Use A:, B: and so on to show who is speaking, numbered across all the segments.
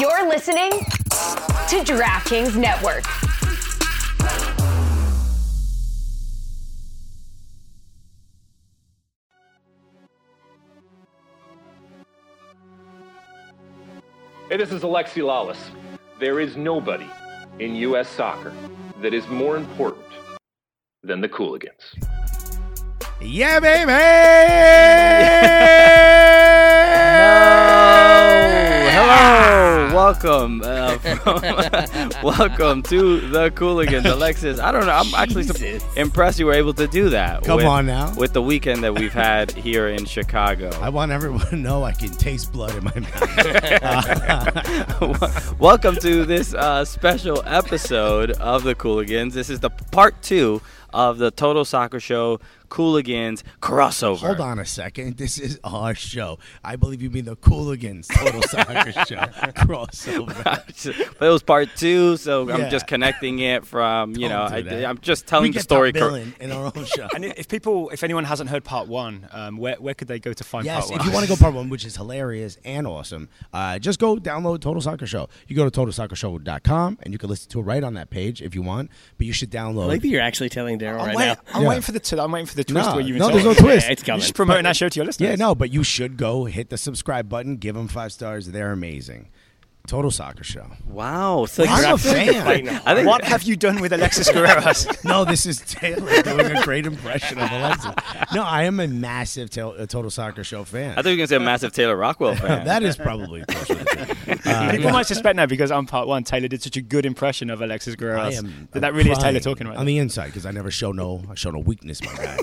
A: You're listening to DraftKings Network.
B: Hey, this is Alexi Lawless. There is nobody in U.S. soccer that is more important than the Cooligans.
C: Yeah, baby! Hello! Welcome. Uh, from- welcome to the Cooligans. Alexis, I don't know. I'm actually su-
D: Jesus.
C: impressed you were able to do that.
D: Come
C: with-
D: on now.
C: With the weekend that we've had here in Chicago.
D: I want everyone to know I can taste blood in my mouth.
C: Welcome to this uh, special episode of the Cooligans. This is the part two of the Total Soccer Show Cooligans crossover.
D: Hold on a second. This is our show. I believe you mean the Cooligans Total Soccer Show crossover.
C: but it was part two, so I'm
D: Yeah.
C: just connecting it from you know.
D: do
C: I,
D: that.
C: am just
D: we
C: telling
D: get
C: the story.
D: the
C: cor-
D: villain in our own show.
E: And if people, if anyone hasn't heard part one, um, where where could they go to find
D: Yes,
E: part one?
D: if you want to go part one, which is hilarious and awesome, uh, just go download Total Soccer Show. You go to totalsoccershow.com and you can listen to it right on that page if you want. But you should download.
F: I like that you're actually telling Daryl
E: I'm,
F: right
E: wait-
F: now.
E: I'm
D: Yeah.
E: waiting for the t- I'm waiting for the twist
D: No,
E: where you
D: no,
E: insult
D: there's no
E: them.
D: twist.
F: Yeah, it's
E: You're
F: coming.
E: just promoting that show to your listeners.
D: yeah, no, but you should go hit the subscribe button, give them five stars. They're amazing. Total Soccer Show.
C: Wow, so
D: I'm
C: you're
D: a
C: actually
D: fan.
C: fighting hard. I think
E: What have you done with Alexis Guerreros?
D: No, this is Taylor doing a great impression of Alexis. No, I am a massive tel- uh, Total Soccer Show fan.
C: I thought you were gonna say a massive Taylor Rockwell fan.
D: that is probably closer to the truth. Uh,
E: people might suspect now because I'm part one. Taylor did such a good impression of Alexis
D: I
E: Guerreros
D: am-
E: that
D: I'm
E: that really is Taylor
D: crying
E: talking right
D: on
E: now.
D: the inside because I never show no, I show no weakness, my guy.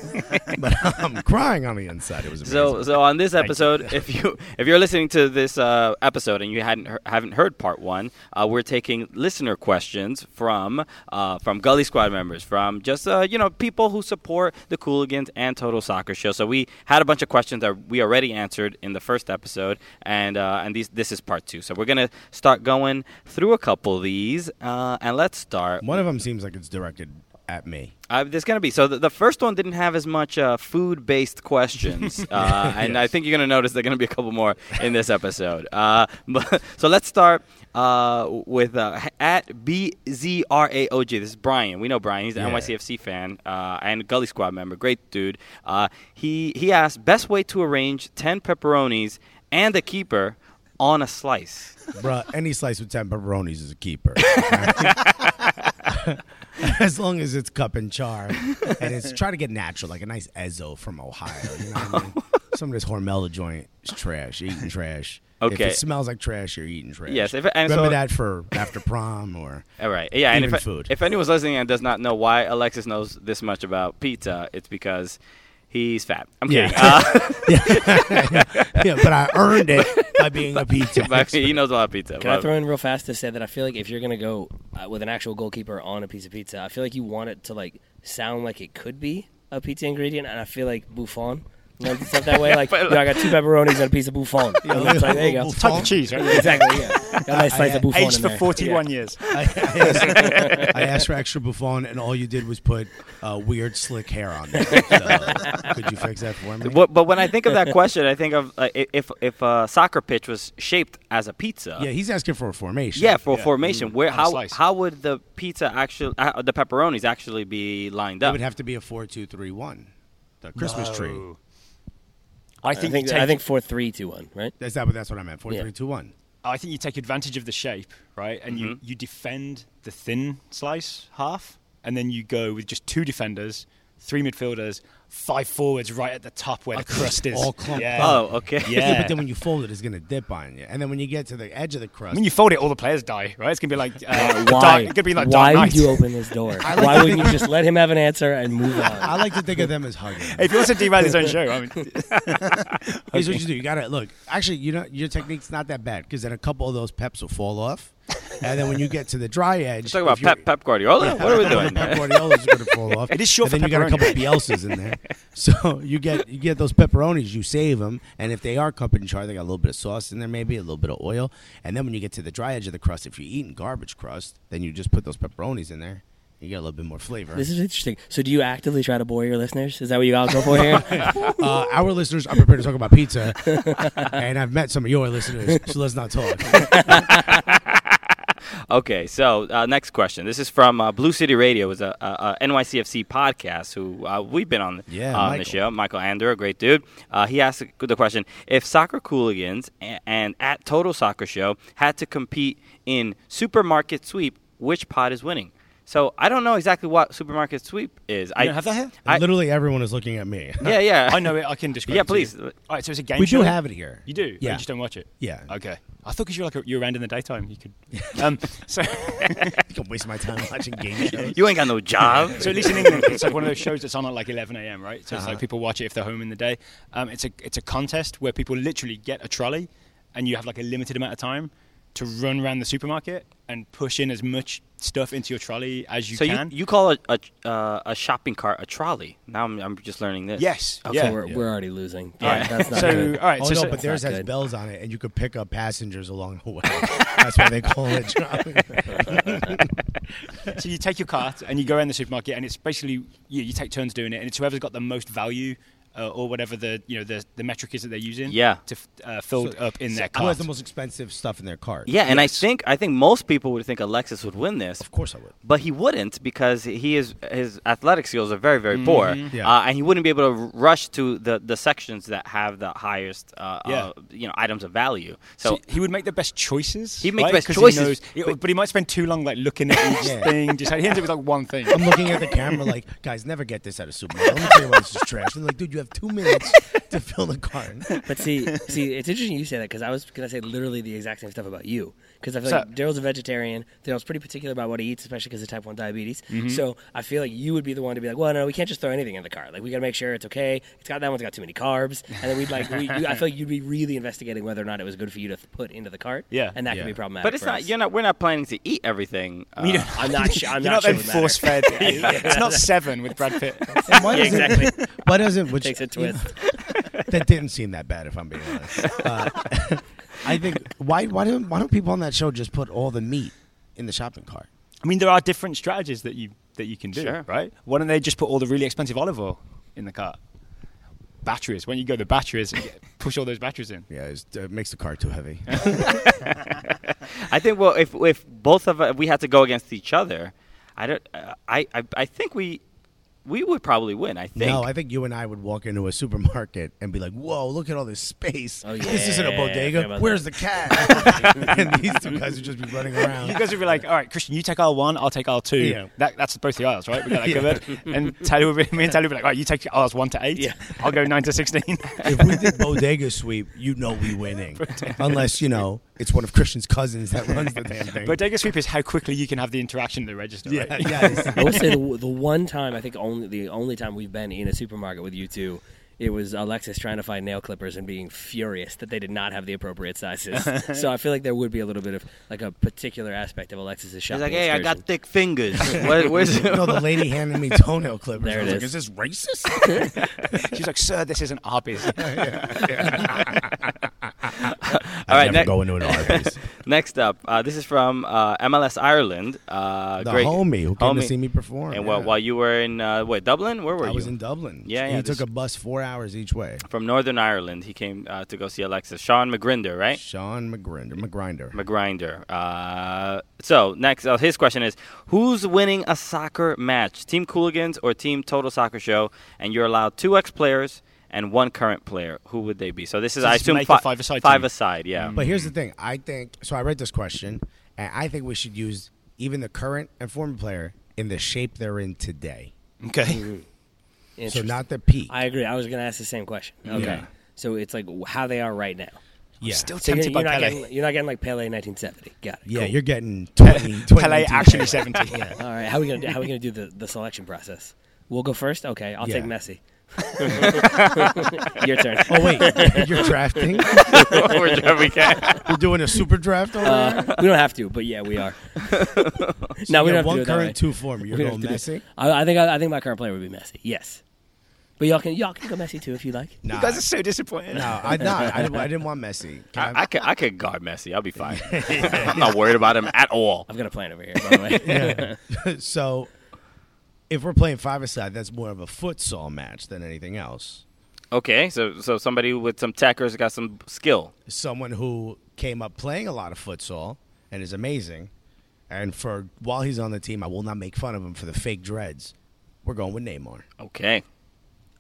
D: but I'm crying on the inside. It was amazing.
C: So, so on this
E: you.
C: episode, if you if you're listening to this uh, episode and you hadn't he- haven't heard part one, uh, we're taking listener questions from uh, from Gully Squad members, from just uh, you know people who support the Cooligans and Total Soccer Show. So we had a bunch of questions that we already answered in the first episode, and uh, and these this is part two. So we're gonna start going through a couple of these, uh, and let's start
D: One of them seems like it's directed at me.
C: uh, there's going to be. So the, the first one didn't have as much uh, food based questions. Uh, And I think you're going to notice there are going to be a couple more in this episode. Uh, but, so let's start uh, with uh, at BZRAOG. This is Brian. We know Brian. He's an
D: Yeah.
C: NYCFC fan uh, and Gully Squad member. Great dude. Uh, he, he asked best way to arrange 10 pepperonis and a keeper on a slice.
D: Bruh, any slice with 10 pepperonis is a keeper. as long as it's cup and char. And it's try to get natural, like a nice Ezzo from Ohio. You know what I mean? Some of this Hormel joint is trash, you're eating trash.
C: Okay.
D: If it smells like trash, you're eating trash.
C: Yes, if- and
D: Remember
C: so-
D: that for after prom or.
C: All right. Yeah, and
D: Even
C: if,
D: food.
C: if anyone's listening and does not know why Alexis knows this much about pizza, it's because he's fat. I'm kidding. Uh.
D: Yeah, but I earned it by being a pizza.
C: Uh, but he knows a lot of pizza.
F: Can I
C: But-
F: throw in real fast to say that I feel like if you're gonna go uh, with an actual goalkeeper on a piece of pizza, I feel like you want it to like sound like it could be a pizza ingredient, and I feel like Buffon runs itself that way. Like, you know, I got two pepperonis and a piece of Buffon. You know, it's like, there you go.
E: Type of cheese, right?
F: Exactly. Yeah. Got a nice slice of Buffon
E: Aged
F: in
E: for
F: there.
E: 41 years.
D: I, I, asked, I asked for extra Buffon, and all you did was put uh, weird slick hair on there. So, could you fix that for me?
C: Wh- but when I think of that question, I think of uh, i- if if a soccer pitch was shaped as a pizza.
D: Yeah, he's asking for a formation.
C: Yeah, for formation, where
E: on a
C: how
E: slice.
C: how would the pizza actually uh, the pepperonis actually be lined
D: It
C: up?
D: would have to be a four, two, three, one. The Christmas tree.
E: I
F: I
E: think,
F: think
E: you take,
F: I think four three two one right.
D: That's that. That's what I meant. Four,
F: Yeah.
D: three, two, one.
E: Oh, I think you take advantage of the shape, right? And you,
C: Mm-hmm.
E: you defend the thin slice half, and then you go with just two defenders, three midfielders, five forwards right at the top where the crust is.
D: all clumped
E: yeah.
C: oh, okay.
E: Yeah.
D: but then when you fold it, it's going to dip on you. And then when you get to the edge of the crust,
E: I mean, you fold it, all the players die, right? It's gonna be like uh,
F: Why?
E: Dark, it's gonna be like Dark
F: Why would
E: Knight.
F: you open this door? Why wouldn't you just let him have an answer and move on?
D: I like to think of them as hugging.
E: if he wants to derail his own show, I mean,
D: Here's what you do. You got to look. Actually, you know your technique's not that bad because then a couple of those peps will fall off, and then when you get to the dry edge,
C: Talking about
D: if you're-
C: Pep Pep Guardiola.
D: Yeah,
C: what are
D: couple
C: we
D: of
C: doing?
D: Pep Guardiola's going to fall off.
E: It is short
D: And then
E: for
D: you got a
E: pepperoni.
D: couple of Bielsas in there, so you get you get those pepperonis. You save them, and if they are cup and char, they got a little bit of sauce in there, maybe a little bit of oil, and then when you get to the dry edge of the crust, if you're eating garbage crust, then you just put those pepperonis in there. You get a little bit more flavor.
F: This is interesting. So, do you actively try to bore your listeners? Is that what you all go for here?
D: Uh, our listeners are prepared to talk about pizza, and I've met some of your listeners, so let's not talk.
C: Okay, so uh, next question. This is from uh, Blue City Radio, is a, a, a NYCFC podcast who uh, we've been on,
D: Yeah,
C: uh, on the
D: Michael.
C: show. Michael Ander, a great dude. Uh, he asked the question: If soccer cooligans and, and at Total Soccer Show had to compete in supermarket sweep, which pod is winning? So I don't know exactly what supermarket sweep is. I
E: don't have that here?
C: I-
D: Literally, everyone is looking at me.
C: yeah, yeah.
E: I know it. I can describe.
C: Yeah,
E: it to you.
C: please.
E: All right, so it's a game.
D: We do
E: show?
D: have it here.
E: You do. Yeah.
D: Yeah.
E: You just don't watch it.
D: Yeah.
E: Okay. I thought because you're like a, you're around in the daytime, you could. Um, so,
D: I can waste my time watching game shows.
C: You ain't got no job.
E: so at least in England, it's like one of those shows that's on at like 11 a.m. Right. So it's like people watch it if they're home in the day. Um, it's a it's a contest where people literally get a trolley, and you have like a limited amount of time to run around the supermarket and push in as much stuff into your trolley as you
C: so you,
E: can.
C: you call a a, uh, a shopping cart a trolley? Now I'm, I'm just learning this.
E: yes.
F: Okay,
E: yeah.
F: we're, we're already losing.
E: All
F: Yeah,
E: right.
F: that's not
E: so
F: good.
E: all right.
D: Oh
E: so,
D: no,
E: so-
D: but theirs
F: not
D: has
F: good.
D: bells on it, and you could pick up passengers along the way. That's why they call it dropping.
E: So you take your cart and you go around the supermarket, and it's basically you, you take turns doing it, and it's whoever's got the most value uh, or whatever the you know the, the metric is that they're using.
C: Yeah.
E: to f- uh, fill up in their
D: Who
E: cart.
D: has the most expensive stuff in their cart?
C: Yeah, and I think I think most people would think Alexis would win this.
D: of course I would.
C: but he wouldn't because he is his athletic skills are very very poor,
D: Mm-hmm. Yeah.
C: uh, and he wouldn't be able to r- rush to the, the sections that have the highest uh,
E: Yeah.
C: uh, you know items of value. So,
E: So he would make the best choices.
C: He'd make the
E: right?
C: best
E: 'Cause
C: choices,
E: he knows, he-
C: but-
E: but, he might spend too long like looking at each
D: Yeah.
E: thing. Just he ends up with like one thing.
D: I'm looking at the camera like, guys, never get this at a supermarket. Let me tell you why this is trash. And like, dude, you have two minutes to fill the cart.
F: But see, see, it's interesting you say that because I was gonna say literally the exact same stuff about you. Because I feel
E: What's
F: like Daryl's a vegetarian. Daryl's pretty particular about what he eats, especially because of type one diabetes.
E: Mm-hmm.
F: So I feel like you would be the one to be like, "Well, no, we can't just throw anything in the car. Like we gotta make sure it's okay. It's got that one's got too many carbs." And then we'd like, we, you, I feel like you'd be really investigating whether or not it was good for you to th- put into the cart.
E: Yeah.
F: and that
D: Yeah.
F: could be problematic.
C: but it's
F: for
C: not
F: us.
C: you're not we're not planning to eat everything. Uh,
E: You know,
F: I'm not. Sure, I'm
E: you're not
F: not, sure
E: then
F: it would matter.
E: force fed. It's not seven with Brad Pitt.
D: Why doesn't-
F: exactly.
D: Why doesn't which
F: Takes a
D: you know,
F: twist.
D: that didn't seem that bad, if I'm being honest. Uh, I think why why don't why don't people on that show just put all the meat in the shopping cart?
E: I mean, there are different strategies that you that you can do,
C: Sure.
E: right? Why don't they just put all the really expensive olive oil in the cart? Batteries. When you go to batteries, you get- push all those batteries in.
D: Yeah, it's, it makes the cart too heavy.
C: I think well if if both of us, we had to go against each other, I don't uh, I, I I think we we would probably win. I think.
D: No, I think you and I would walk into a supermarket and be like, "Whoa, look at all this space!
F: Oh,
D: This isn't a
F: yeah, I forgot
D: bodega.
F: about
D: Where's the cat?" and these two guys would just be running around.
E: You guys would be like, all right, Christian, you take aisle one, I'll take aisle two.
D: Yeah.
E: That, that's both the aisles, right? We got that covered. And Taylor would be, me and Taylor would be like, all right, you take aisles one to eight,
F: Yeah.
E: I'll go nine to 16.
D: if we did bodega sweep, you know we winning. Unless you know it's one of Christian's cousins that runs the damn thing.
E: Bodega sweep is how quickly you can have the interaction at the register, right?
D: yeah, yes.
F: I will say the, the one time I think only the only time we've been in a supermarket with you two, it was Alexis trying to find nail clippers and being furious that they did not have the appropriate sizes. so I feel like there would be a little bit of like a particular aspect of Alexis's
C: He's
F: shopping.
C: like, hey, I
F: excursion."
C: got thick fingers. Where, where's
D: No, the lady handed me toenail clippers.
F: There
D: I was
F: it
D: like,
F: is.
D: is this racist?
E: She's like, sir, this isn't our business.
C: All right,
D: never
C: next-
D: go into an Arby's.
C: Next up, uh, this is from uh, MLS Ireland. Uh,
D: The
C: great,
D: homie who came to
C: homie.
D: see me perform,
C: And while,
D: yeah.
C: while you were in uh, what Dublin, where were
D: I
C: you?
D: was in Dublin.
C: Yeah,
D: And
C: yeah,
D: He
C: this-
D: took a bus four hours each way.
C: From Northern Ireland, he came uh, to go see Alexis Sean McGrinder, right?
D: Sean McGrinder, McGrinder.
C: McGrinder. Uh, so next, uh, his question is: Who's winning a soccer match? Team Cooligans or Team Total Soccer Show? And you're allowed two ex-players and one current player. Who would they be? So this is,
E: So
C: I
E: this is
C: assume,
E: make a
C: fi-
E: five-a-side
C: Five
E: team.
C: aside, yeah.
D: But here's the thing.
F: Mm-hmm.
D: I think so. I read this question, and I think we should use even the current and former player in the shape they're in today.
E: okay.
D: So
F: Interesting.
D: not the peak.
F: I agree. I was going to ask the same question. Okay.
D: Yeah.
F: So it's like how they are right now.
D: yeah.
E: Still
F: So you're,
E: tempted
F: you're
E: by
F: not
E: Pele.
F: getting, you're not getting like Pele 1970. Got it.
D: yeah,
F: Cool.
D: you're getting 20, 20
E: Pele actually 70.
F: All right. How are we gonna do, how are we gonna do the, the selection process? We'll go first. Okay. I'll take
D: Yeah.
F: Messi. Your turn.
D: Oh wait, you're drafting?
C: Or Jeff McCann.
D: You're doing a super draft over there?
F: Uh, we don't have to, but yeah, we are. no, we
D: Yeah,
F: don't have
D: one
F: to do it that
D: current,
F: way.
D: two former. You're
F: We don't
D: going
F: have to do-
D: Messi.
F: I, I think I, I think my current player would be Messi. Yes, but y'all can y'all can go Messi too if you like.
D: Nah,
E: You guys are so disappointed.
D: no, I not. I didn't, I didn't want Messi. Can I-
C: I could, I could guard Messi. I'll be fine. I'm not worried about him at all.
F: I've got a plan over here. By the way,
D: so if we're playing five aside, that's more of a futsal match than anything else.
C: Okay, so so somebody with some tackers got some skill.
D: Someone who came up playing a lot of futsal and is amazing, and for while he's on the team, I will not make fun of him for the fake dreads. We're going with Neymar.
C: Okay.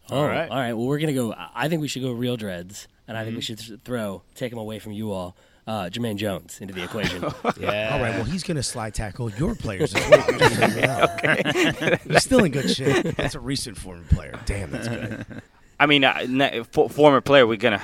F: All
E: right.
F: All right. Oh, Well, we're gonna go. I I think we should go real dreads, and I think we should th- throw take him away from you all, uh, Jermaine Jones, into the equation.
E: Yeah.
D: All right, well, he's going to slide tackle your players as well. just so you know. You're still in good shape. That's a recent former player. Damn, that's good.
C: I mean, uh, ne- for, former player, we're gonna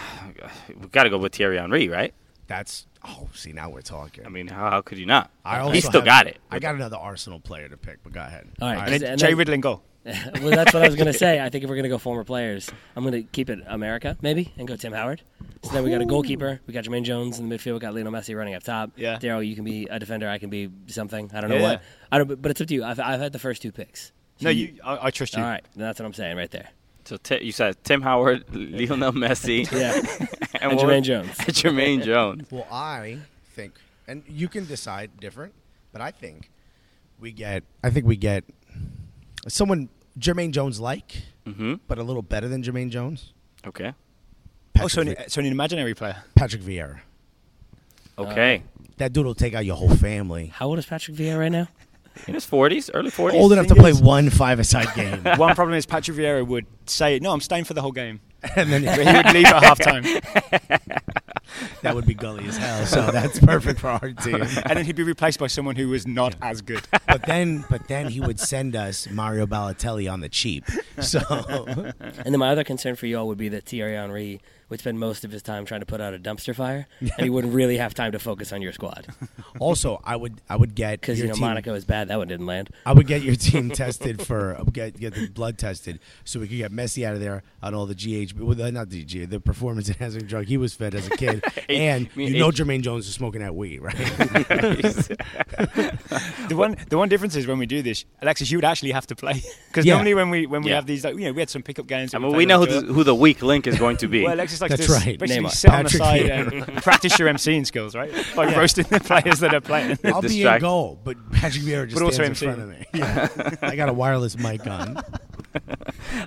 C: we gotta go with Thierry Henry, right?
D: That's oh, see now we're talking.
C: I mean, how, how could you not?
D: I
C: he
D: also
C: still
D: have-
C: got it.
D: I got another Arsenal player to pick, but go ahead.
F: All right.
E: And then
F: And
E: Jay
F: then-
E: Ridlin go.
F: well, that's what I was gonna say. I think if we're gonna go former players, I'm gonna keep it America maybe, and go Tim Howard. So then we got a goalkeeper. We got Jermaine Jones in the midfield. We got Lionel Messi running up top.
E: Yeah.
F: Daryl, you can be a defender. I can be something. I don't know
E: Yeah.
F: what. I don't. But it's up to you. I've, I've had the first two picks.
E: No, you. I, I trust you.
F: All right. That's what I'm saying right there.
C: So t- you said Tim Howard, Lionel Messi,
F: Yeah.
C: and,
F: And
C: what-
F: Jermaine Jones.
C: and Jermaine Jones.
D: Well, I think, and you can decide different, but I think we get. I think we get someone Jermaine Jones like,
F: Mm-hmm.
D: but a little better than Jermaine Jones.
F: Oh,
C: Okay.
D: Patrick,
E: Also, an,
F: uh,
D: Vi-
E: Oh, so an imaginary player.
D: Patrick Vieira.
C: Okay.
D: That dude will take out your whole family.
F: How old is Patrick Vieira right now?
C: in his forties, early forties.
D: Old enough to play one five-a-side game,
E: One problem is Patrick Vieira would say, "No, I'm staying for the whole game,"
D: and then
E: but he would leave at half time,
D: that would be gully as hell. So that's perfect for our team.
E: and then he'd be replaced by someone who was not as good.
D: But then, but then he would send us Mario Balotelli on the cheap. So
F: And then my other concern for y'all would be that Thierry Henry would spend most of his time trying to put out a dumpster fire, and he wouldn't really have time to focus on your squad
D: also, I would I would get
F: because you
D: your
F: know
D: team-
F: Monaco is bad. That one didn't land.
D: I would get your team tested for get get the blood tested so we could get Messi out of there on all the GH well, not the GH the performance enhancing drug he was fed as a kid and
C: me-
D: you know
C: it-
D: Jermaine Jones is smoking that weed right
E: The one, the one difference is when we do this, Alexis, you would actually have to play because
D: Yeah.
E: normally when we when we
C: Yeah.
E: have these, like, you know, we had some pickup games.
C: I
E: that
C: mean,
E: played
C: we know who
E: with Joel.
C: the, who the weak link is going to be.
E: Well, Alexis likes
D: That's
E: to
D: right.
E: basically
F: Neymar.
E: sit on the
D: Patrick
E: side
D: Vieira.
E: and practice your emceeing skills, right? By roasting the players that are playing.
D: I'll be in
C: Distract.
D: goal but Patrick Vieira just
E: But also
D: stands in front of me yeah. I got a wireless mic on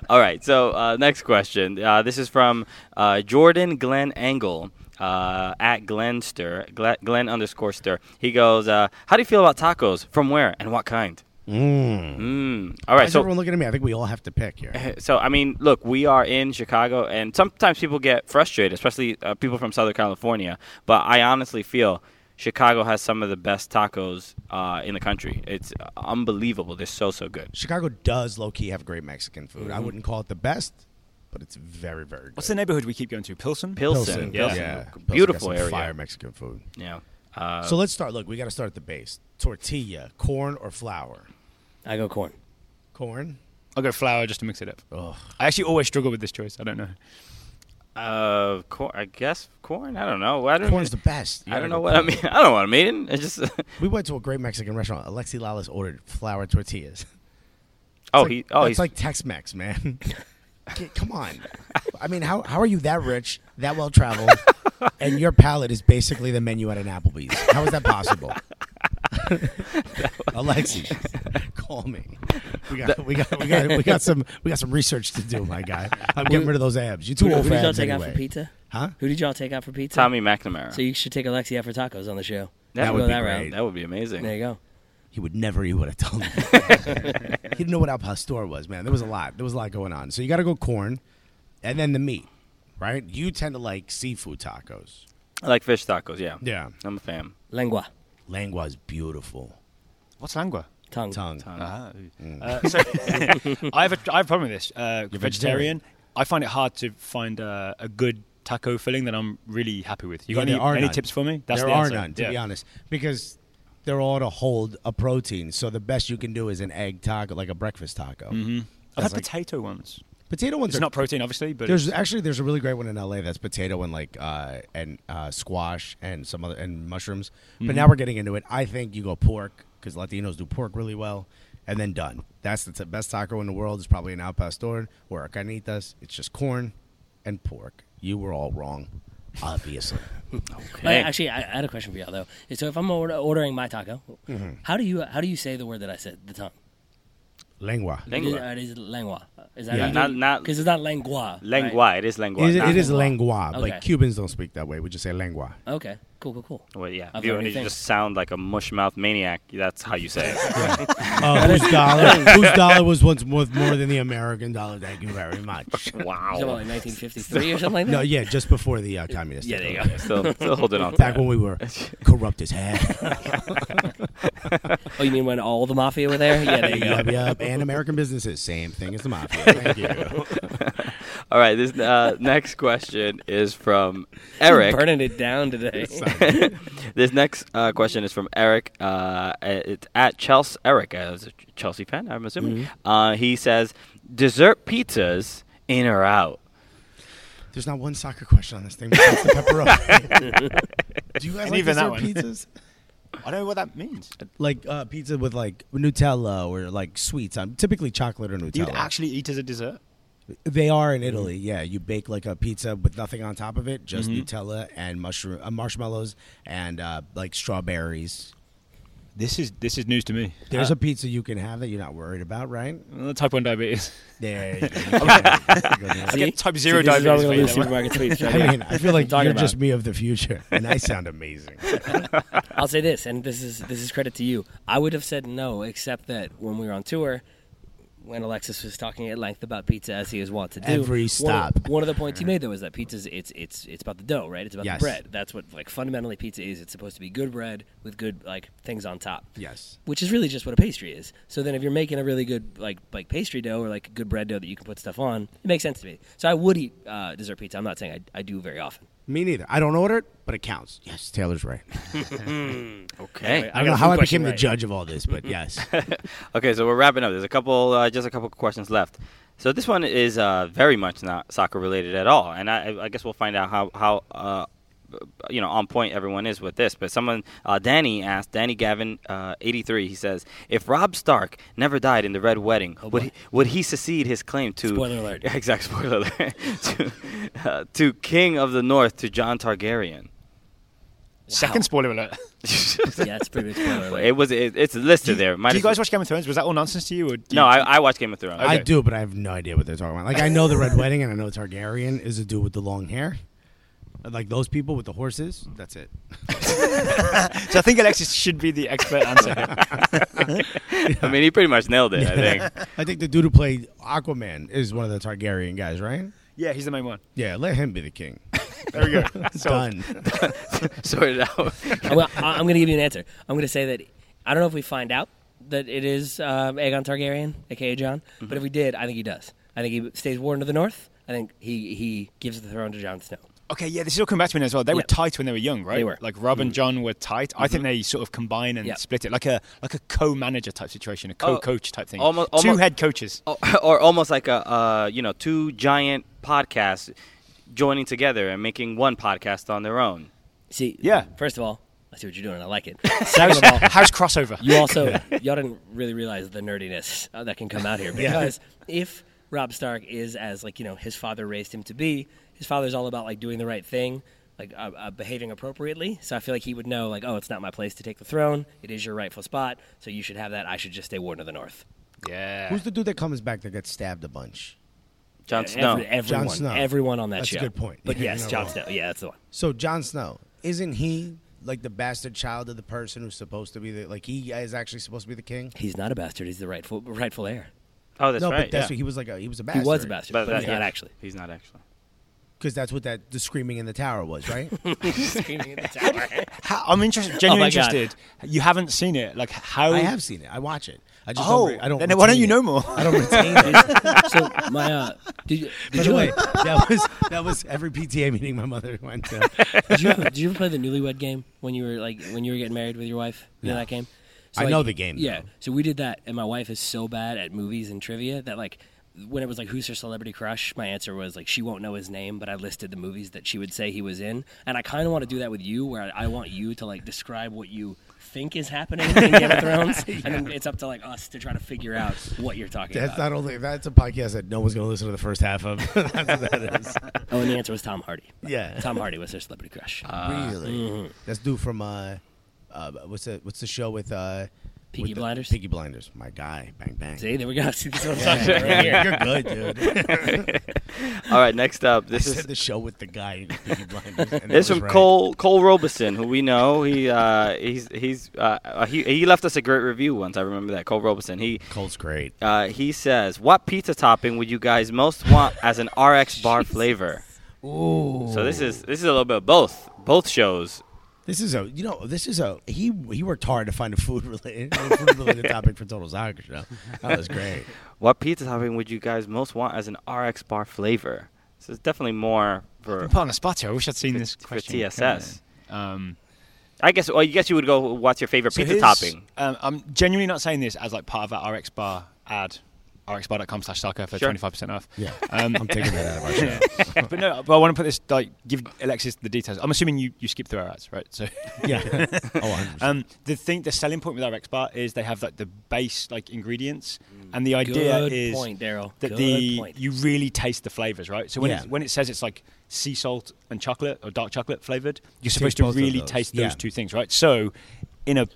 C: All right. So uh, next question. Uh, this is from uh, Jordan Glenn Angle uh, at Glenn Stir Glenn, Glenn underscore Stir. He goes, uh, "How do you feel about tacos? From where and what kind?" Mm. All right.
D: Why is
C: so Uh,
D: everyone looking at me I think we all have to pick here
C: so I mean, look, we are in Chicago, and sometimes people get frustrated, especially uh, people from Southern California. But I honestly feel Chicago has some of the best tacos uh, in the country. It's unbelievable. They're so so good.
D: Chicago does low key have great Mexican food
C: Mm-hmm.
D: I wouldn't call it the best but it's very very good
E: What's the neighborhood we keep going to? Pilsen.
C: Pilsen,
D: Pilsen,
C: yeah,
D: Pilsen got
C: beautiful
D: some
C: area.
D: fire Mexican food
C: Yeah. Uh,
D: So let's start. Look, we got to start at the base: tortilla, corn or flour.
F: I go corn.
D: Corn.
E: I'll go flour just to mix it up.
D: Ugh.
E: I actually always struggle with this choice. I don't know.
C: uh, corn. I guess corn. I don't know. I don't.
D: Corn's the best. You
C: I
D: gotta
C: don't know
D: go
C: what I
D: corn.
C: mean. I don't want to mean. It's just.
D: We went to a great Mexican restaurant. Alexi Lalas ordered flour tortillas.
C: oh,
D: It's
C: he.
D: like-
C: Oh,
D: that's
C: he's
D: like Tex-Mex, man. Okay, Come on. I mean, how how are you that rich, that well traveled, and your palate is basically the menu at an Applebee's? How is that possible? Alexi, call me. We got, we got we got we got some we got some research to do, my guy. I'm getting rid of those abs. You too
F: Who,
D: old
F: who
D: for
F: did y'all
D: abs
F: take
D: anyway.
F: out for pizza?
D: Huh?
F: Who did y'all take out for pizza?
C: Tommy McNamara.
F: So you should take Alexi out for tacos on the show.
C: That
F: We'll
C: would
F: go
C: be
F: that
D: great.
F: round.
C: that would be amazing.
F: There you go.
D: He would never eat what I told him. he didn't know what Al Pastor was, man. There was a lot. There was a lot going on. So you got to go corn, and then the meat, right? You tend to like seafood tacos.
C: I like fish tacos. Yeah.
D: Yeah.
C: I'm a fan.
F: Lengua,
D: Langua is beautiful.
E: What's langua?
F: tongue.
D: Tongue.
F: Ah,
D: Mm.
E: Uh, so, I have a, I have a problem with this. Uh, vegetarian.
D: vegetarian.
E: I find it hard to find uh, a good taco filling that I'm really happy with. You
D: Yeah,
E: got
D: there
E: any,
D: are
E: any
D: none.
E: tips for me?
D: there are
E: answer.
D: none, to
E: Yeah.
D: be honest, because they're all to hold a protein. So the best you can do is an egg taco, like a breakfast taco.
E: I've had
D: That's like-
E: potato ones.
D: Potato ones
E: Mm-hmm. It's
D: are
E: not protein, obviously, but
D: There's actually there's a really great one in LA that's potato and like uh, and uh, squash and some other and mushrooms. But now we're getting into it. I think you go pork because Latinos do pork really well, and then done. That's the t- best taco in the world. Is probably an al pastor or a carnitas. It's just corn and pork. You were all wrong, obviously.
F: Uh, actually, I, I had a question for y'all though.
D: Mm-hmm.
F: So if I'm order, ordering my taco, how do you how do you say the word that I said? The tongue.
D: Lengua.
C: Lengua.
F: It uh, is lengua. Is that
D: Yeah,
C: not- not-
F: because it's not lengua. right?
C: Lengua. It is lengua.
D: It,
C: not-
D: it is lengua,
F: Okay.
D: but Cubans don't speak that way. We just say lengua.
F: Okay. Cool. Cool. Cool.
C: Well, yeah.
F: I've
C: If you
F: learned
C: want
F: new
C: to
F: things.
C: just sound like a mushmouth maniac, that's how you say it.
D: Uh, whose dollar? whose dollar was once worth more than the American dollar? Thank you very much.
F: Is that about,
C: wow.
F: like 1953 or something like that?
D: No, yeah, just before the uh, communist.
F: Yeah, there you
D: takeover.
F: go.
C: Still, still holding on. to
D: Back
C: that.
D: when we were corrupt as hell.
F: Oh, you mean when all the mafia were there? Yeah, there you go.
D: Yep, yep. And American businesses, same thing as the mafia. Thank you.
C: All right. This uh, next question is from Eric.
F: Burning it down today.
C: this next uh, question is from Eric. Uh, it's at Chelsea. Eric, uh, is a Chelsea fan, I'm assuming. Uh, he says, "Dessert pizzas, in or out?"
D: There's not one soccer question on this thing. besides the pepperoni. Do you guys
E: And
D: like
E: even
D: dessert
E: that one.
D: pizzas?
E: I don't know what that means.
D: Like uh, pizza with like Nutella or like sweets on, typically chocolate or Nutella.
E: You'd Mm-hmm. actually eat as a dessert.
D: They are in Italy. Yeah, you bake like a pizza with nothing on top of it, just
E: Mm-hmm.
D: Nutella and mushroom, uh, marshmallows and uh, like strawberries.
E: This is this is news to me.
D: There's a pizza you can have that you're not worried about, right?
E: Uh, type one diabetes.
D: There you go. You can- you can-
E: I
F: See?
E: get type zero
F: See, this is why
E: diabetes.
F: we're
E: for
F: gonna lose
E: eating that one.
F: supermarket sweeps. right
D: I
F: now.
D: mean, I feel like
F: That's what I'm
D: you're
F: talking
D: just
F: about.
D: me of the future, and I sound amazing.
F: I'll say this, and this is this is credit to you. I would have said no, except that when we were on tour, when Alexis was talking at length about pizza as he was wont to do,
D: Every
F: one of- One
D: stop.
F: of, the points he made though was that pizza's it's it's it's about the dough, right? It's about
D: Yes.
F: the bread. That's what like fundamentally pizza is. It's supposed to be good bread with good like things on top.
D: Yes.
F: Which is really just what a pastry is. So then, if you're making a really good like like pastry dough or like good bread dough that you can put stuff on, it makes sense to me. So I would eat uh, dessert pizza. I'm not saying I, I do very often.
D: Me neither. I don't order it, but it counts. Yes, Taylor's right.
C: Okay.
D: I don't know how I became the judge of all this, but yes.
C: Okay, so we're wrapping up. There's a couple, uh, just a couple questions left. So this one is uh, very much not soccer related at all, and I, I guess we'll find out how how uh, you know on point everyone is with this. But someone, uh, Danny asked, Danny Gavin, uh, 83. He says, if Rob Stark never died in the Red Wedding,
E: Oh,
C: would he, would he secede his claim to
F: Spoiler alert.
C: Exact spoiler alert to, uh, to King of the North to John Targaryen.
E: Second spoiler alert.
F: Yeah, it's a pretty big spoiler. alert.
C: It was it, it's listed there. Might
E: Do you
C: as well-
E: guys watch Game of Thrones? Was that all nonsense to you? Or do you-
C: No, I, I watched Game of Thrones.
D: I
E: Okay.
D: do, but I have no idea what they're talking about. Like, I know the Red Wedding, and I know Targaryen is a dude with the long hair. Like those people with the horses. That's it.
E: So I think Alexis should be the expert answer. here.
C: I mean, he pretty much nailed it. I think.
D: I think the dude who played Aquaman is one of the Targaryen guys, right?
E: yeah, he's the main one.
D: Yeah, let him be the king.
E: There we go. Solved.
D: Done.
C: sorted out.
F: I'm, gonna- I- I'm going to give you an answer. I'm going to say that I don't know if we find out that it is um, Aegon Targaryen, aka John, but if we did, I think he does. I think he stays Warden of the North. I think he he gives the throne to Jon Snow.
E: Okay, yeah, this is all coming back to me now as well. They were
F: Yep.
E: tight when they were young, right?
F: They were. Mm. Mm-hmm.
E: Like Rob and John were tight. I think they sort of combine and
F: Yep. Oh,
E: split it, like a like a co-manager type situation, a co-coach type thing.
C: almo-
E: Two
C: almo-
E: head coaches.
C: or almost like a uh, you know two giant podcasts joining together and making one podcast on their own.
F: See,
E: Yeah.
F: First of all, I see what you're doing. I like it. Second of all,
E: How's crossover?
F: you also y'all didn't really realize the nerdiness uh, that can come out here because if Rob Stark is as like you know his father raised him to be, his father's all about like doing the right thing, like uh, uh, behaving appropriately. So I feel like he would know like oh it's not my place to take the throne, it is your rightful spot, so you should have that. I should just stay Warden of the North.
E: yeah.
D: Who's the dude that comes back that gets stabbed a bunch?
C: Jon Snow.
F: Every- everyone,
D: Jon Snow.
F: everyone on that
D: That's a
F: show.
D: good point.
F: But
D: You're
F: yes,
D: not
F: Jon
D: wrong.
F: Snow. Yeah, that's the one.
D: So Jon Snow, isn't he like the bastard child of the person who's supposed to be the like he is actually supposed to be the king?
F: He's not a bastard. He's the rightful rightful heir.
C: oh, that's
D: no,
C: right.
D: but that's
C: yeah.
D: what he was like a he was a
F: He
D: bastard.
F: was a bastard, but,
C: that-
F: he's not actually.
C: He's not actually.
D: Because that's what that the screaming in the tower was, right?
F: Screaming in the tower.
E: How, I'm interested. Genuinely
F: Oh my God.
E: interested. You haven't seen it. Like how?
D: I have seen it. I watch it. I just
E: Oh,
D: don't re- I don't
E: then why don't
D: retain
E: you know
D: it.
E: more?
D: I don't retain it.
F: so my uh, did you
D: By
F: did you
D: the way, that was that was every PTA meeting my mother went to.
F: Did you, ever, did you ever play the newlywed game when you were like when you were getting married with your wife? You know that game. So,
D: I
F: like,
D: know the game,
F: Yeah.
D: though.
F: So we did that, and my wife is so bad at movies and trivia that like when it was like who's her celebrity crush, my answer was like she won't know his name, but I listed the movies that she would say he was in, and I kind of want to do that with you, where I, I want you to like describe what you think is happening in Game of Thrones, and then it's up to like us to try to figure out what you're talking
D: That's
F: about.
D: not only that's a podcast that no one's going to listen to the first half of. that's what that is.
F: oh, and the answer was Tom Hardy.
D: Yeah.
F: Tom Hardy was her celebrity crush.
D: really? That's dude from uh, uh, what's the what's the show with uh,
F: Peaky
D: with the-
F: Blinders?
D: Peaky Blinders. My guy. Bang bang.
F: See, there we go. See, this is what I'm talking about right here.
D: You're good, dude.
C: All right, next up,
D: I
C: this is
D: said the show with the guy. in Peaky Blinders, and it was
C: It's from
D: right.
C: Cole Cole Robeson, who we know. He uh, he's he's uh, uh, he he left us a great review once. I remember that Cole Robeson. He
D: Cole's great.
C: uh, he says, "What pizza topping would you guys most want as an RX bar flavor?" Ooh. So this is this is a little bit of both both shows.
D: This is a you know this is a he he worked hard to find a food related, food related topic for Total Soccer Show. That was great.
C: What pizza topping would you guys most want as an RX bar flavor? So it's definitely more for.
E: I'm put on the spot here. I wish I'd seen this
C: for
E: question.
C: TSS.
E: Um,
C: I guess. Well, I guess you would go. What's your favorite
E: so
C: pizza
E: here's-
C: topping?
E: Um, I'm genuinely not saying this as like part of our RX Bar ad, rxbar.com slash soccer for
C: Sure.
E: 25% off.
D: Yeah,
E: Um,
D: I'm taking that out of our show.
E: but no, but I want to put this, like, give Alexis the details. I'm assuming you, you skip through our ads, right? So.
D: Yeah. Oh, 100%.
E: Um, the thing, the selling point with our X bar is they have like the base like ingredients, and the idea
F: Good
E: is
F: point, Daryl.
E: that
F: Good
E: the
F: point.
E: you really taste the flavors, right? So when
D: Yeah.
E: it, when it says it's like sea salt and chocolate or dark chocolate flavored, you're supposed
D: both of
E: to really
D: those.
E: taste
D: Yeah.
E: those two things, right? So in a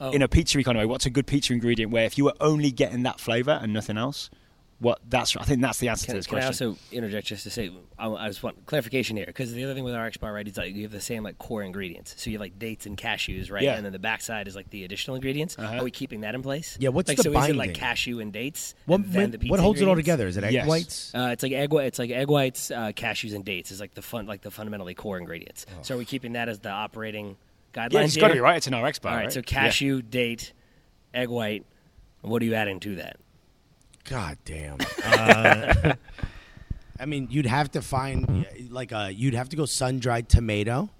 F: Oh.
E: in a pizza economy, what's a good pizza ingredient where if you were only getting that flavor and nothing else, what that's I think that's the answer
F: Can,
E: to this
F: can I
E: question.
F: also interject just to say, I, I just want clarification here because the other thing with RX bar, right, is like you have the same like core ingredients. So you have like dates and cashews, right?
E: Yeah.
F: And then the backside is like the additional ingredients. Are we keeping that in place?
D: Uh-huh. Yeah, what's
F: like,
D: the
F: so is it like
D: binding?
F: cashew and dates?
D: what,
F: and then the
D: what
F: pizza
D: holds it all
F: ingredients?
D: together? Is it egg
E: Yes.
D: whites?
F: Uh, it's like egg. whi- It's like egg whites, uh, cashews, and dates. Is like the fun, like the fundamentally core ingredients.
D: Oh.
F: So are we keeping that as the operating guidelines?
E: yeah, it's got to be
F: here?
E: right. It's an RX bar.
F: All right,
E: right?
F: So
E: Yeah.
F: cashew, date, egg white. What are you adding to that?
D: God damn. Uh, I mean, you'd have to find like a you'd have to go sun dried tomato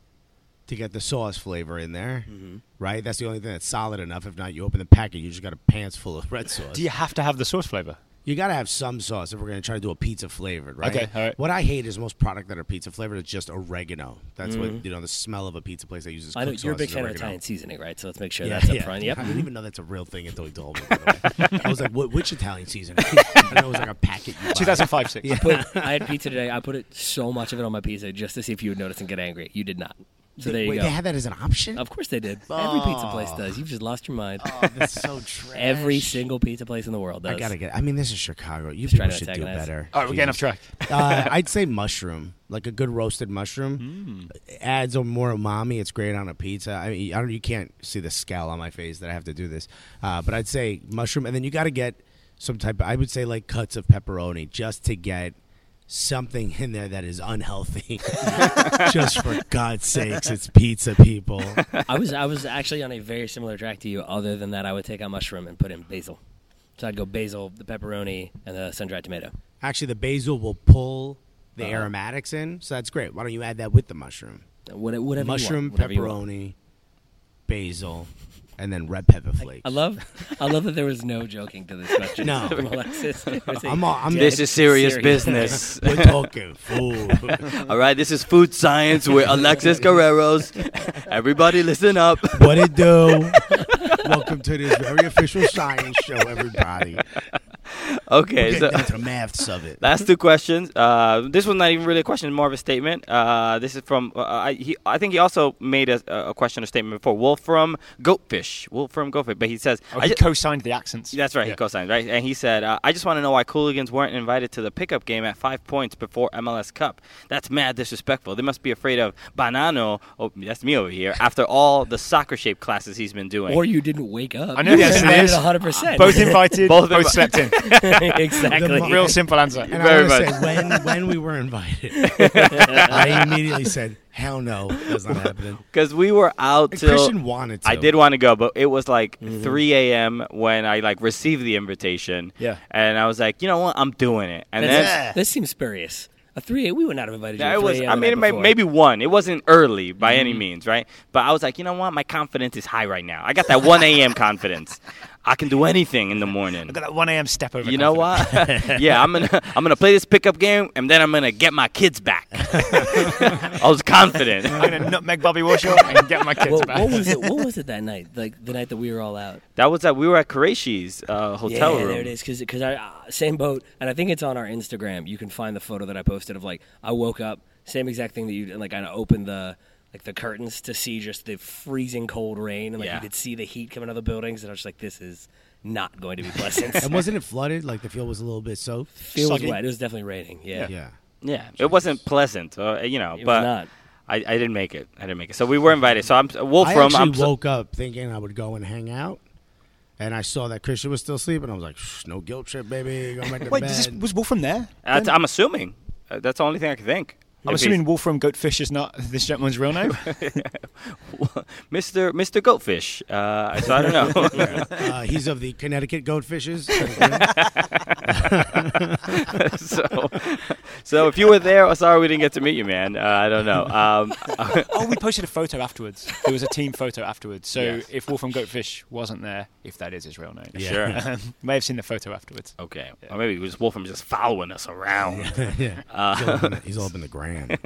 D: to get the sauce flavor in there,
F: Mm-hmm.
D: right? That's the only thing that's solid enough. If not, you open the packet, you just got a pants full of red sauce.
E: Do you have to have the sauce flavor?
D: You got to have some sauce if we're going to try to do a pizza flavored, right?
E: Okay, all right.
D: What I hate is most product that are pizza flavored is just oregano. That's what you know. The smell of a pizza place that uses.
F: Mm. I know
D: cooked
F: you're a
D: sauce
F: big
D: is
F: fan of
D: oregano.
F: Italian seasoning, right? So let's make sure
D: Yeah,
F: that's up
D: yeah.
F: front. Yep.
D: I didn't even know that's a real thing until he told me. by the way. I was like, "What? Which Italian seasoning?" and it was like a packet. you buy.
E: 2005 six.
F: Put- I had pizza today. I put it so much of it on my pizza just to see if you would notice and get angry. You did not. So there you
D: Wait,
F: go.
D: They had that as an option.
F: of course they did. Every pizza place does. You've just lost your mind.
D: That's so trash.
F: Every single pizza place in the world does.
D: I gotta get. I mean, this is Chicago. You
F: trying
D: people
F: to
D: should do
F: antagonize.
D: better.
E: All right, we're getting off
D: Jesus.
E: track.
D: uh, I'd say mushroom, like a good roasted mushroom, adds a more umami. It's great on a pizza. I mean, I don't. You can't see the scowl on my face that I have to do this, uh, but I'd say mushroom, and then you got to get some type. Of, I would say like cuts of pepperoni just to get something in there that is unhealthy. just for God's sakes, it's pizza, people.
F: I was I was actually on a very similar track to you. Other than that, I would take out mushroom and put in basil. So I'd go basil, the pepperoni, and the sun dried tomato.
D: Actually, the basil will pull the aromatics in, so that's great. Why don't you add that with the mushroom?
F: What- Whatever you
D: mushroom,
F: want, whatever you want.
D: pepperoni, basil, and then red pepper flakes.
F: I love, I love that there was no joking to this question.
D: No.
F: from Alexis.
D: I'm all, I'm
C: This is serious
F: serious.
C: business.
D: We're talking food.
C: All right, this is food science with Alexis Guerreros. Everybody, listen up.
D: what it do? Welcome to this very official science show, everybody.
C: Okay,
D: Get
C: so
D: down to the maths of it.
C: last two questions. Uh, this one's not even really a question; more of a statement. Uh, this is from uh, I, he, I think he also made a, a question or statement before. Wolfram Goatfish, Wolfram Goatfish, but he says
E: Oh,
C: I
E: he
C: ju-
E: co-signed the accents.
C: that's right, he
E: Yeah.
C: co-signed right, and he said uh, I just want to know why Cooligans weren't invited to the pickup game at Five Points before MLS Cup. That's mad disrespectful. They must be afraid of Banano. Oh, that's me over here. After all the soccer-shaped classes he's been doing,
F: or you didn't wake up.
E: I know the answer to this.
F: 100. percent
E: Both invited,
C: Both
E: both,
C: invi-
E: slept in.
F: exactly.
D: The
E: Real simple answer.
D: And
C: Very
D: I want to
C: much.
D: say, when, when we were invited, I immediately said, hell no, that's not happening.
C: because we were out
D: And
C: till
D: Christian wanted to.
C: I did want to go, but it was like
F: Mm-hmm.
C: 3 a.m. when I like received the invitation.
E: Yeah.
C: and I was like, you know what, I'm doing it. And
F: That's-
C: then
F: This seems spurious. A three eight. We would not have invited you.
C: yeah,
F: at
C: it was.
F: 3 a.m.
C: I
F: the
C: mean, it
F: night
C: may-
F: before. Mm-hmm.
C: maybe one. It wasn't early by any means, right? But I was like, you know what, my confidence is high right now. I got that 1 a.m. confidence. I can do anything in the morning.
E: I got that 1 a.m. step over.
C: You know what? yeah, I'm gonna I'm gonna play this pickup game, and then I'm gonna get my kids back. I was confident.
E: I'm going to nutmeg Bobby Warshaw and get my kids
F: What,
E: back.
F: what was it? What was it that night? Like the night that we were all out.
C: That was that we were at Qureshi's uh, hotel
F: yeah,
C: room.
F: there it is. Because I uh, same boat, and I think it's on our Instagram. You can find the photo that I posted of like I woke up, same exact thing that you did, and like I opened the like the curtains to see just the freezing cold rain and like
C: Yeah.
F: you could see the heat coming out of the buildings and I was just like this is not going to be pleasant.
D: And wasn't it flooded? Like the field was a little bit soaked.
F: it was
E: soggy?
F: wet. It was definitely raining. Yeah.
D: Yeah.
C: Yeah, it wasn't pleasant, uh, you know,
F: It was
C: but
F: not.
C: I, I didn't make it. I didn't make it. So we were invited. So I'm Wolfram.
D: I actually
C: I'm so-
D: woke up thinking I would go and hang out, and I saw that Christian was still sleeping. I was like, "Shh, "No guilt trip, baby. Go back to
E: Wait,
D: bed."
E: is this, was Wolfram there?
C: that's- I'm assuming Uh, that's the only thing I can think.
E: I'm
C: If he's-
E: assuming Wolfram Goatfish is not this gentleman's real name.
C: Mr. Mr. Goatfish. Uh, so I don't know.
D: uh, he's of the Connecticut Goldfishes.
C: so, so if you were there, I'm sorry we didn't get to meet you, man. Uh, I don't know. Um,
E: oh, we posted a photo afterwards. There was a team photo afterwards. So
C: Yes.
E: if Wolfram Goatfish wasn't there, if that is his real name,
C: Sure.
E: um, you may have seen the photo afterwards.
C: Okay. Or maybe it was Wolfram just following us around.
D: yeah, he's, all up in
E: Uh,
D: the, he's all up in the grand.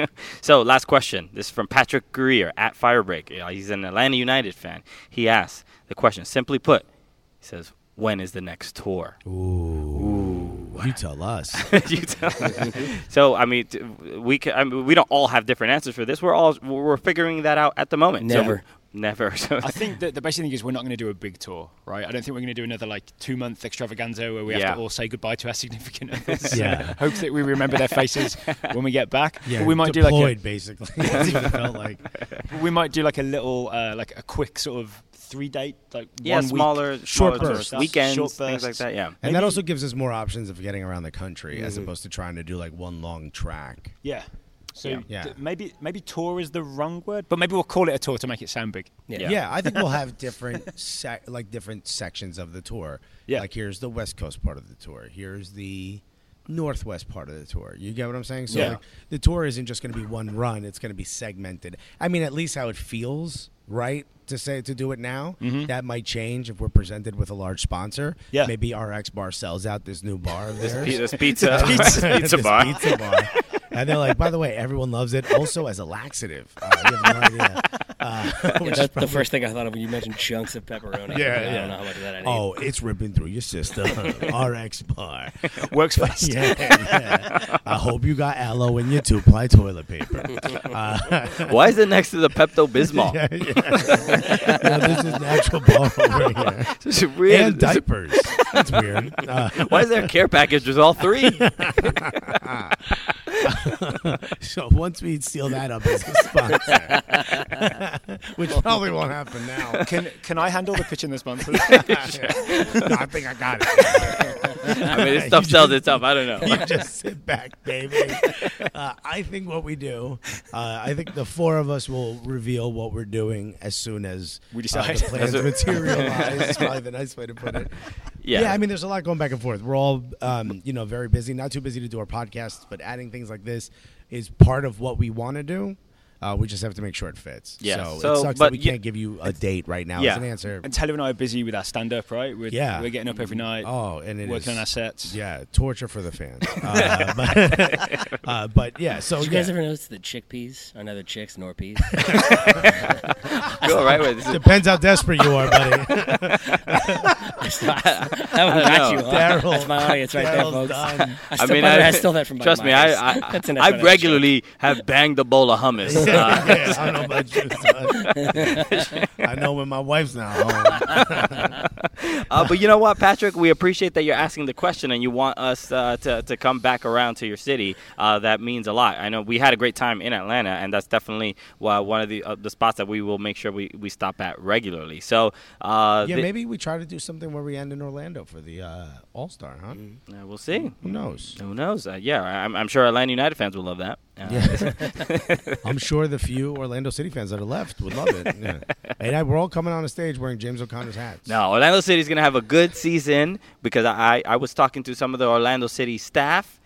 C: So, last question. This is from Patrick Greer at Firebreak. Uh, He's an Atlanta United fan. He asks the question, simply put, he says, when is the next tour?
D: You tell us.
C: You tell me. so, I mean, t- we ca I mean, we don't all have different answers for this. We're all we're figuring that out at the moment. So-
F: Never.
C: never. So,
E: I think that the basic thing is we're not going to do a big tour, right? I don't think we're going to do another like two month extravaganza where we
C: Yeah.
E: have to all say goodbye to our significant others.
D: Yeah.
E: Hope that we remember their faces when we get back.
D: Yeah,
E: But we might
D: deployed,
E: do like a,
D: basically. That's what it felt like.
E: we might do like a little uh, like a quick sort of three date like
C: yeah,
E: one
C: smaller,
D: Short
C: smaller tours,
D: bursts.
C: weekends,
E: Short
C: things like
E: bursts.
C: that. Yeah.
D: And that also gives us more options of getting around the country as
E: Mm-hmm.
D: opposed to trying to do like one long track.
E: week. yeah so
D: Yeah.
E: d- maybe maybe tour is the wrong word but maybe we'll call it a tour to make it sound big
C: Yeah.
D: Yeah, I think we'll have different sec- like different sections of the tour.
E: Yeah.
D: like here's the West Coast part of the tour. Here's the Northwest part of the tour. You get what I'm saying? So
E: Yeah.
D: like, the tour isn't just going to be one run. It's going to be segmented. I mean, at least how it feels right to say to do it now. That might change if we're presented with a large sponsor.
E: Yeah.
D: maybe RX Bar sells out this new bar of theirs.
C: Pi- This pizza, pizza,
D: This
C: bar.
D: pizza bar. And they're like, by the way, everyone loves it. Also as a laxative. Uh, you have no idea. Uh, which is
F: That's the first thing I thought of when you mentioned chunks of pepperoni.
D: Yeah,
F: I don't
D: yeah.
F: know how much of that I need.
D: Oh, it's ripping through your system. RX bar.
E: works fast
D: Yeah, yeah. I hope you got aloe in your two ply toilet paper. Uh,
C: Why is it next to the Pepto Bismol?
D: yeah, yeah. No, this is natural bar over here.
C: It's weird.
D: And
C: It's-
D: diapers. That's weird. Uh,
C: Why is there a care package with all three?
D: so once we seal that up as a sponsor, which probably won't happen now.
E: can can I handle the pitch in this month
D: No, I think I got it.
C: I mean, this stuff sells itself. I don't know.
D: you just sit back, David. Uh, I think what we do, uh, I think the four of us will reveal what we're doing as soon as
E: We
D: uh,
E: decide.
D: the plans materialize. is probably the nice way to put it.
C: Yeah.
D: I mean, there's a lot going back and forth. We're all, um, you know, very busy. Not too busy to do our podcasts, but adding things like this is part of what we want to do. Uh, we just have to make sure it fits.
C: Yeah.
D: So,
C: So,
D: it sucks
C: but
D: that we
C: you-
D: can't give you a date right now
C: Yeah.
D: as an answer.
E: and Taylor and I are busy with our stand up right we're,
D: Yeah.
E: we're getting up every night
D: Oh, and it
E: working
D: is-
E: on our sets
D: yeah, torture for the fans. Uh, but, uh, but yeah, so
F: Did Oh, you guys
D: yeah.
F: ever notice that chickpeas are neither chicks nor peas?
C: Go right with this.
D: Depends how desperate you are, buddy.
F: That one got
C: know.
F: you. Huh?
D: Daryl.
F: That's my audience right
D: Daryl's
F: there, folks.
D: done.
F: I, still, mean, I, stole that from. Mike
C: Trust me,
F: Myers.
C: I I,
F: That's an
C: I
F: F1
C: regularly have banged a bowl of hummus. Uh,
D: Yeah, I know about you, son. I know when my wife's not home.
C: uh, but you know what, Patrick? We appreciate that you're asking the question and you want us uh, to, to come back around to your city. Uh, that means a lot. I know we had a great time in Atlanta, and that's definitely uh, one of the uh, the spots that we will make sure we, we stop at regularly. So uh,
D: Yeah,
C: the-
D: maybe we try to do something where we end in Orlando for the uh, All Star, huh?
C: uh, we'll see.
D: Who knows?
C: Who knows? Uh, yeah, I- I'm, I'm sure Atlanta United fans will love that. Uh,
D: I'm sure the few Orlando City fans that are left would love it. Yeah. And I, we're all coming on a stage wearing James O'Connor's hats.
C: No, Orlando City's going to have a good season because I, I was talking to some of the Orlando City staff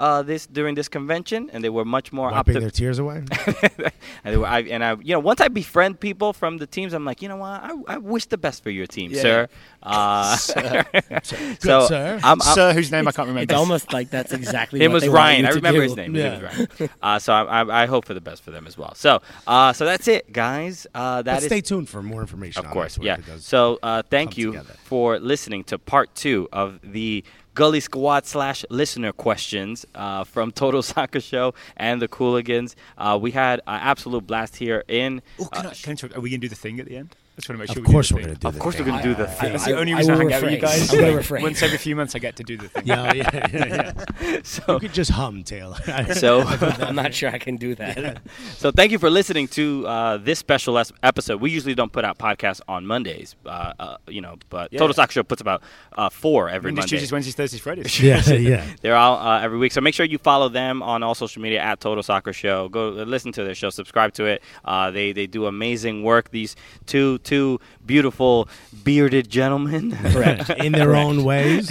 C: uh, this during this convention, and they were much more
D: wiping
C: optimistic.
D: their tears away.
C: and, they were, I, and I, you know, once I befriend people from the teams, I'm like, you know what? I, I wish the best for your team, sir. Uh,
D: Good,
C: so
D: sir.
C: I'm, I'm,
E: sir whose name I can't remember
F: It's almost like that's exactly.
C: His
F: what
C: name was
F: they wanted
C: Ryan.
F: you
C: I
F: to
C: remember
F: do.
C: his name.
D: Yeah.
C: His name was Ryan. Uh, so I, I, I hope for the best for them as well. So, uh, so that's it, guys. Uh, that
D: but
C: is-
D: stay tuned for more information.
C: of
D: on
C: course,
D: this, what
C: yeah.
D: it does.
C: So uh, thank
D: come
C: you
D: together.
C: for listening to part two of the Gully Squad slash listener questions uh, from Total Soccer Show and the Cooligans. Uh, we had an absolute blast here in. uh,
E: Oh, can I, can I interrupt? Are we going to do the thing at the end? I just want to make sure
D: Of
E: we
D: course,
E: do
D: we're
E: the
D: gonna
E: thing.
D: do.
C: Of
D: the
C: course,
D: thing.
C: we're gonna do the thing.
E: It's
F: I-
E: the only
F: I
E: reason I,
F: will
E: hang out with you
F: refrain.
E: guys.
F: I will
E: Like,
F: refrain.
E: Once every few months, I get to do the thing.
D: Yeah, yeah, yeah.
C: So,
D: You could just hum, Taylor.
C: so
F: I'm not sure I can do that.
C: So thank you for listening to uh, this special es- episode. We usually don't put out podcasts on Mondays, uh, uh, you know, but Total Soccer Show puts about uh, four every
E: Mondays,
C: Monday.
E: Tuesdays, Wednesdays, Thursdays, Fridays.
D: yeah, yeah.
C: They're all uh, every week. So make sure you follow them on all social media at Total Soccer Show. Go uh, listen to their show, subscribe to it. Uh, they they do amazing work. These two two beautiful bearded gentlemen.
D: Correct. In their own ways.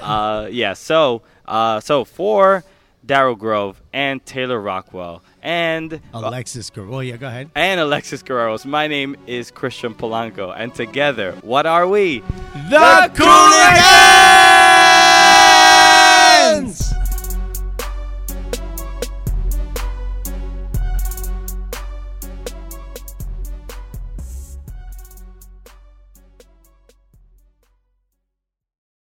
C: uh, yeah. So uh, so for Daryl Grove and Taylor Rockwell and
D: Alexis Guerrero. Oh, yeah, go ahead.
C: and Alexis Guerreros. My name is Christian Polanco, and together, what are we?
D: The Cooligans!